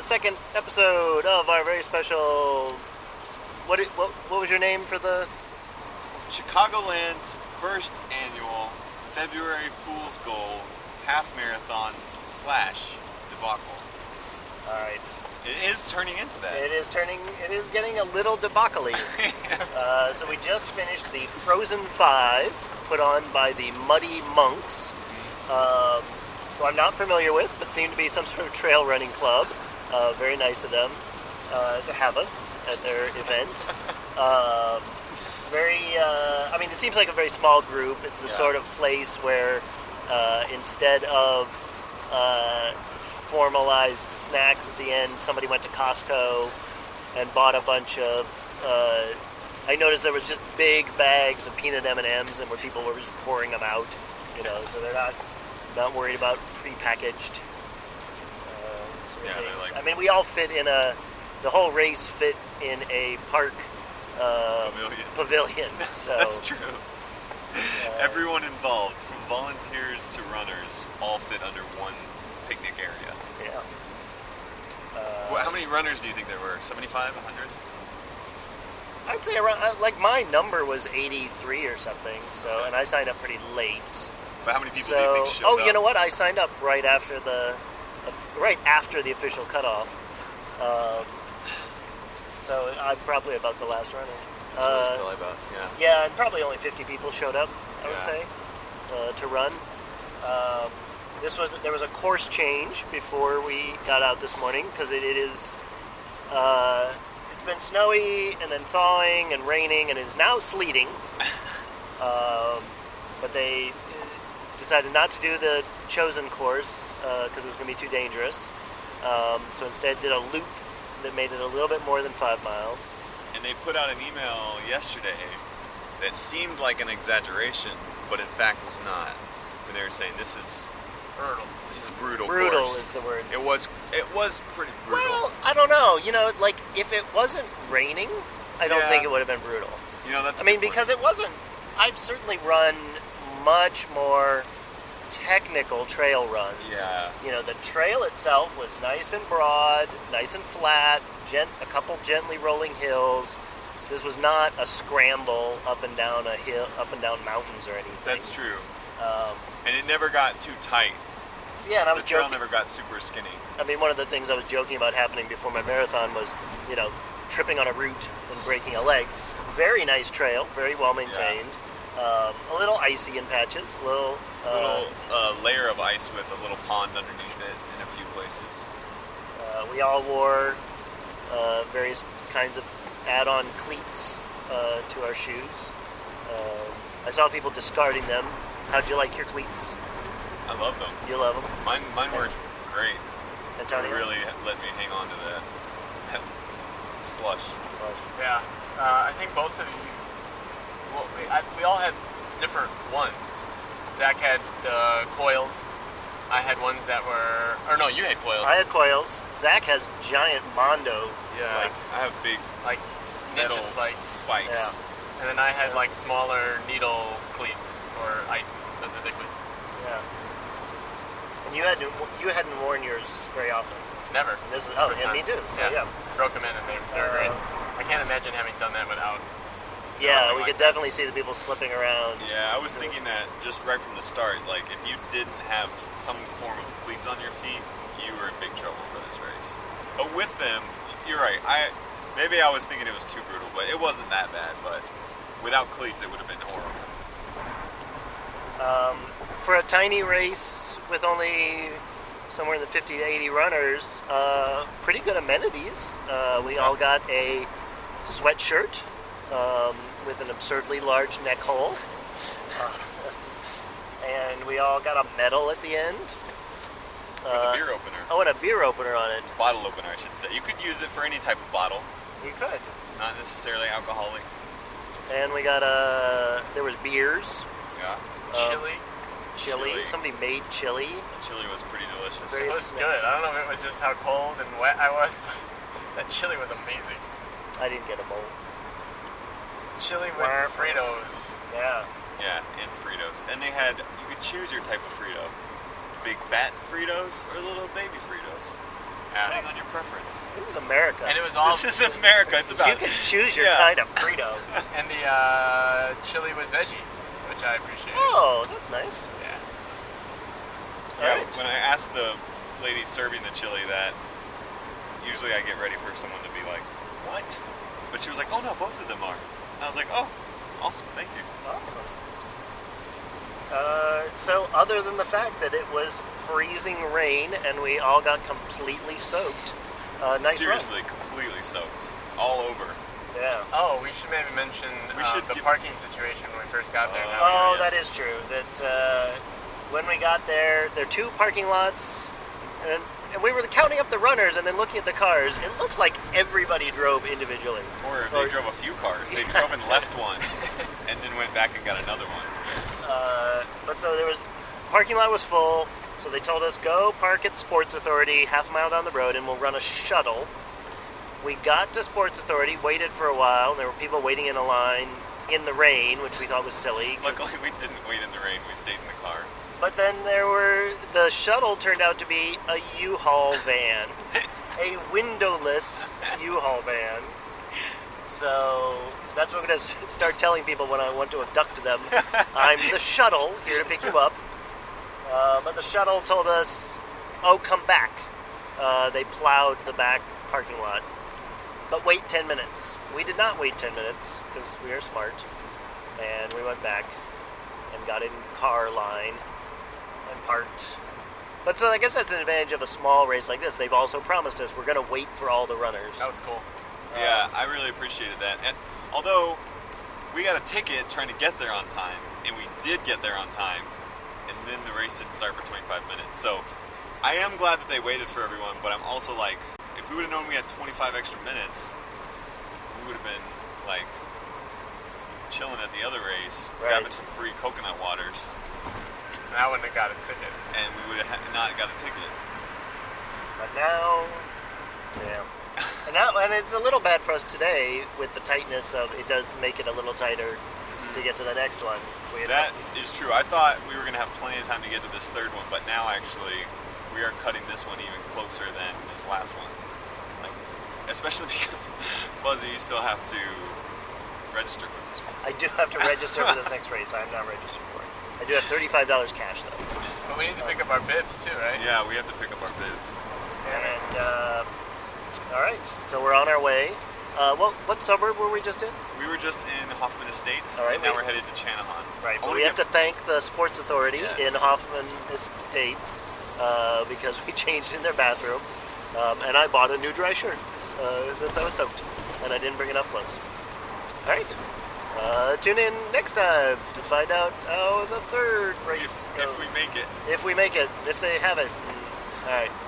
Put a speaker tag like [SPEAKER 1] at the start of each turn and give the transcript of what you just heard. [SPEAKER 1] second episode of our very special. What, is, what, what was your name for the.
[SPEAKER 2] Chicagoland's first annual February Fool's Goal half marathon slash debacle.
[SPEAKER 1] Alright.
[SPEAKER 2] It is turning into that.
[SPEAKER 1] It is turning. It is getting a little debacle uh, So we just finished the Frozen Five put on by the Muddy Monks, um, who I'm not familiar with, but seem to be some sort of trail running club. Uh, very nice of them uh, to have us at their event. Um, very, uh, I mean, it seems like a very small group. It's the
[SPEAKER 2] Yeah.
[SPEAKER 1] sort of place where uh, instead of uh, formalized snacks at the end, somebody went to Costco and bought a bunch of. Uh, I noticed there was just big bags of peanut M and M's, and where people were just pouring them out. You know, so they're not not worried about prepackaged. Uh, sort of
[SPEAKER 2] Yeah, they're
[SPEAKER 1] things.
[SPEAKER 2] like-
[SPEAKER 1] I mean, we all fit in a. The whole race fit in a park uh,
[SPEAKER 2] Pavilion.
[SPEAKER 1] pavilion. So uh,
[SPEAKER 2] That's true. Everyone involved, from volunteers to runners, all fit under one picnic area.
[SPEAKER 1] yeah. Uh,
[SPEAKER 2] Wha- How many runners do you think there were? 75, 100?
[SPEAKER 1] I'd say around uh, like my number was 83 or something. So, and I signed up pretty late.
[SPEAKER 2] But how many people do you
[SPEAKER 1] so,
[SPEAKER 2] think showed
[SPEAKER 1] oh,
[SPEAKER 2] up?
[SPEAKER 1] you know what? I signed up right after the, right after the official cutoff. Um, so I'm probably about the last runner.
[SPEAKER 2] So there's
[SPEAKER 1] Uh,
[SPEAKER 2] probably about, yeah.
[SPEAKER 1] yeah, and probably only 50 people showed up. I would
[SPEAKER 2] Yeah.
[SPEAKER 1] say uh, to run. Um, this was there was a course change before we got out this morning because it, it is uh, it's been snowy and then thawing and raining and it is now sleeting. um, but they uh, decided not to do the chosen course because it was going to be too dangerous. Um, so instead, did a loop that made it a little bit more than five miles.
[SPEAKER 2] And they put out an email yesterday that seemed like an exaggeration, but in fact was not. When they were saying this is brutal, this is a brutal.
[SPEAKER 1] Brutal
[SPEAKER 2] course."
[SPEAKER 1] is the word.
[SPEAKER 2] It was. It was pretty brutal.
[SPEAKER 1] Well, I don't know. You know, like if it wasn't raining, I don't
[SPEAKER 2] Yeah.
[SPEAKER 1] think it would have been brutal.
[SPEAKER 2] you know that's.
[SPEAKER 1] I mean, because it wasn't. I've certainly run much more technical trail runs.
[SPEAKER 2] Yeah.
[SPEAKER 1] You know, the trail itself was nice and broad, nice and flat, gent- a couple gently rolling hills. This was not a scramble up and down a hill, up and down mountains or anything.
[SPEAKER 2] that's true,
[SPEAKER 1] Um,
[SPEAKER 2] and it never got too tight.
[SPEAKER 1] yeah, and I
[SPEAKER 2] The
[SPEAKER 1] was
[SPEAKER 2] trail
[SPEAKER 1] joking.
[SPEAKER 2] never got super skinny.
[SPEAKER 1] I mean, one of the things I was joking about happening before my marathon was, you know, tripping on a route and breaking a leg. Very nice trail, very well maintained. Um, a little icy in patches, a little. Uh,
[SPEAKER 2] little uh, layer of ice with a little pond underneath it in a few places.
[SPEAKER 1] Uh, we all wore uh, various kinds of add-on cleats uh, to our shoes. Um I saw people discarding them. How'd you like your cleats?
[SPEAKER 2] I love them.
[SPEAKER 1] You love them,
[SPEAKER 2] Mine, mine worked great. It
[SPEAKER 1] Antonio?
[SPEAKER 2] really let me hang on to that slush.
[SPEAKER 3] Yeah, uh, I think both of you. Well, we, I, we all had different ones. Zach had the coils. I had ones that were, or no, you had coils.
[SPEAKER 1] I had coils. Zach has giant mondo.
[SPEAKER 3] yeah,
[SPEAKER 2] Like I have big
[SPEAKER 3] like,
[SPEAKER 2] metal
[SPEAKER 3] ninja spikes,
[SPEAKER 2] spikes.
[SPEAKER 1] Yeah.
[SPEAKER 3] and then I had like smaller needle cleats for ice specifically.
[SPEAKER 1] Yeah. And you hadn't you hadn't worn yours very often.
[SPEAKER 3] Never.
[SPEAKER 1] This is-
[SPEAKER 3] It's
[SPEAKER 1] oh,
[SPEAKER 3] the first
[SPEAKER 1] yeah, me
[SPEAKER 3] time.
[SPEAKER 1] too. So,
[SPEAKER 3] yeah,
[SPEAKER 1] yeah.
[SPEAKER 3] broke them in and they, they're great.
[SPEAKER 1] Uh,
[SPEAKER 3] I can't imagine having done that without.
[SPEAKER 1] Yeah,
[SPEAKER 3] Something
[SPEAKER 1] we
[SPEAKER 3] like
[SPEAKER 1] could definitely see the people slipping around.
[SPEAKER 2] Yeah, I was thinking that just right from the start. Like, if you didn't have some form of cleats on your feet, you were in big trouble for this race. But with them, you're right. I maybe I was thinking it was too brutal, but it wasn't that bad. But without cleats, it would have been horrible.
[SPEAKER 1] Um, for a tiny race with only somewhere in the 50 to 80 runners, uh, pretty good amenities. Uh, we all got a sweatshirt um, with an absurdly large neck hole. Uh, and we all got a medal at the end.
[SPEAKER 2] with
[SPEAKER 1] Uh,
[SPEAKER 2] a beer opener,
[SPEAKER 1] Oh, and a beer opener on it.
[SPEAKER 2] bottle opener, I should say. You could use it for any type of bottle,
[SPEAKER 1] You could.
[SPEAKER 2] not necessarily alcoholic.
[SPEAKER 1] And we got a. There was beers,
[SPEAKER 2] Yeah,
[SPEAKER 1] Um,
[SPEAKER 3] Chili.
[SPEAKER 1] chili.
[SPEAKER 2] Chili.
[SPEAKER 1] Somebody made chili.
[SPEAKER 2] the chili was pretty delicious.
[SPEAKER 1] Very-
[SPEAKER 3] It was good. I don't know if it was just how cold and wet I was, but that chili was amazing.
[SPEAKER 1] I didn't get a bowl.
[SPEAKER 3] Chili with
[SPEAKER 1] Wow.
[SPEAKER 3] Fritos.
[SPEAKER 1] Yeah.
[SPEAKER 2] Yeah, and Fritos. And they had you could choose your type of Frito, big fat Fritos or little baby Fritos.
[SPEAKER 3] Yeah, Yeah.
[SPEAKER 2] Depending on your preference.
[SPEAKER 1] This is America.
[SPEAKER 3] And it was all
[SPEAKER 2] This is America. It's about
[SPEAKER 1] you can choose your
[SPEAKER 2] yeah.
[SPEAKER 1] kind of Frito.
[SPEAKER 3] and the uh, chili was veggie, which I appreciate.
[SPEAKER 1] oh, that's nice.
[SPEAKER 3] Yeah.
[SPEAKER 2] Yeah,
[SPEAKER 1] Alright.
[SPEAKER 2] when I asked the lady serving the chili that, usually I get ready for someone to be like, "What?" But she was like, "Oh no, both of them are." And I was like, "Oh, awesome, thank you."
[SPEAKER 1] Awesome. Uh, so, other than the fact that it was freezing rain and we all got completely soaked, uh, nice run.
[SPEAKER 2] Seriously, completely soaked, all over.
[SPEAKER 1] Yeah.
[SPEAKER 3] Oh, we should maybe mention
[SPEAKER 2] We
[SPEAKER 3] um,
[SPEAKER 2] should
[SPEAKER 3] the
[SPEAKER 2] give-
[SPEAKER 3] parking situation when we first got there.
[SPEAKER 2] Uh,
[SPEAKER 3] Now
[SPEAKER 1] Oh,
[SPEAKER 2] yes.
[SPEAKER 1] that is true. That uh, when we got there, there are two parking lots, and, and we were counting up the runners and then looking at the cars. It looks like everybody drove individually.
[SPEAKER 2] Or
[SPEAKER 1] Or-
[SPEAKER 2] they drove a few cars. They drove and left one, and then went back and got another one.
[SPEAKER 1] Uh, but so there was parking lot was full, so they told us go park at Sports Authority, half a mile down the road, and we'll run a shuttle. We got to Sports Authority, waited for a while, and there were people waiting in a line in the rain, which we thought was silly. 'cause-
[SPEAKER 2] Luckily, we didn't wait in the rain. We stayed in the car.
[SPEAKER 1] But then there were the shuttle turned out to be a U-Haul van, a windowless U-Haul van. So that's what I'm gonna s- start telling people when I want to abduct them. I'm the shuttle here to pick you up. Uh, but the shuttle told us, "Oh, come back." Uh, they plowed the back parking lot, but wait ten minutes. We did not wait ten minutes because we are smart, and we went back and got in car line and parked. But so I guess that's an advantage of a small race like this. They've also promised us we're going to wait for all the runners.
[SPEAKER 3] that was cool.
[SPEAKER 2] Yeah, I really appreciated that. And although we got a ticket trying to get there on time, and we did get there on time, and then the race didn't start for 25 minutes. So I am glad that they waited for everyone, but I'm also like, if we would have known we had 25 extra minutes, we would have been like chilling at the other race,
[SPEAKER 1] Right.
[SPEAKER 2] grabbing some free coconut waters,
[SPEAKER 3] And I wouldn't have got a ticket.
[SPEAKER 2] and we would have not got a ticket.
[SPEAKER 1] But now, yeah. And, now, and it's a little bad for us today with the tightness of it does make it a little tighter to get to the next one. We had-
[SPEAKER 2] That is true. I thought we were going to have plenty of time to get to this third one, but now actually we are cutting this one even closer than this last one. Like, especially because Fuzzy, you still have to register for this one.
[SPEAKER 1] I do have to register for this next race. I'm not registered for it. I do have $35 cash though.
[SPEAKER 3] But we need to pick up our bibs too, right?
[SPEAKER 2] Yeah, we have to pick up our bibs.
[SPEAKER 3] Damn it.
[SPEAKER 1] And uh, all right, so we're on our way. Uh, what what suburb were we just in?
[SPEAKER 2] We were just in Hoffman Estates,
[SPEAKER 1] All right,
[SPEAKER 2] and now
[SPEAKER 1] wait.
[SPEAKER 2] we're headed to Chanahan.
[SPEAKER 1] Right,
[SPEAKER 2] I
[SPEAKER 1] but
[SPEAKER 2] wanna
[SPEAKER 1] we have to
[SPEAKER 2] give-
[SPEAKER 1] thank the Sports Authority
[SPEAKER 2] Yes.
[SPEAKER 1] in Hoffman Estates uh, because we changed in their bathroom, um, and I bought a new dry shirt uh, since I was soaked, and I didn't bring enough clothes. All right, uh, tune in next time to find out how the third race
[SPEAKER 2] If,
[SPEAKER 1] goes.
[SPEAKER 2] if we make it.
[SPEAKER 1] If we make it, if they have it. All right.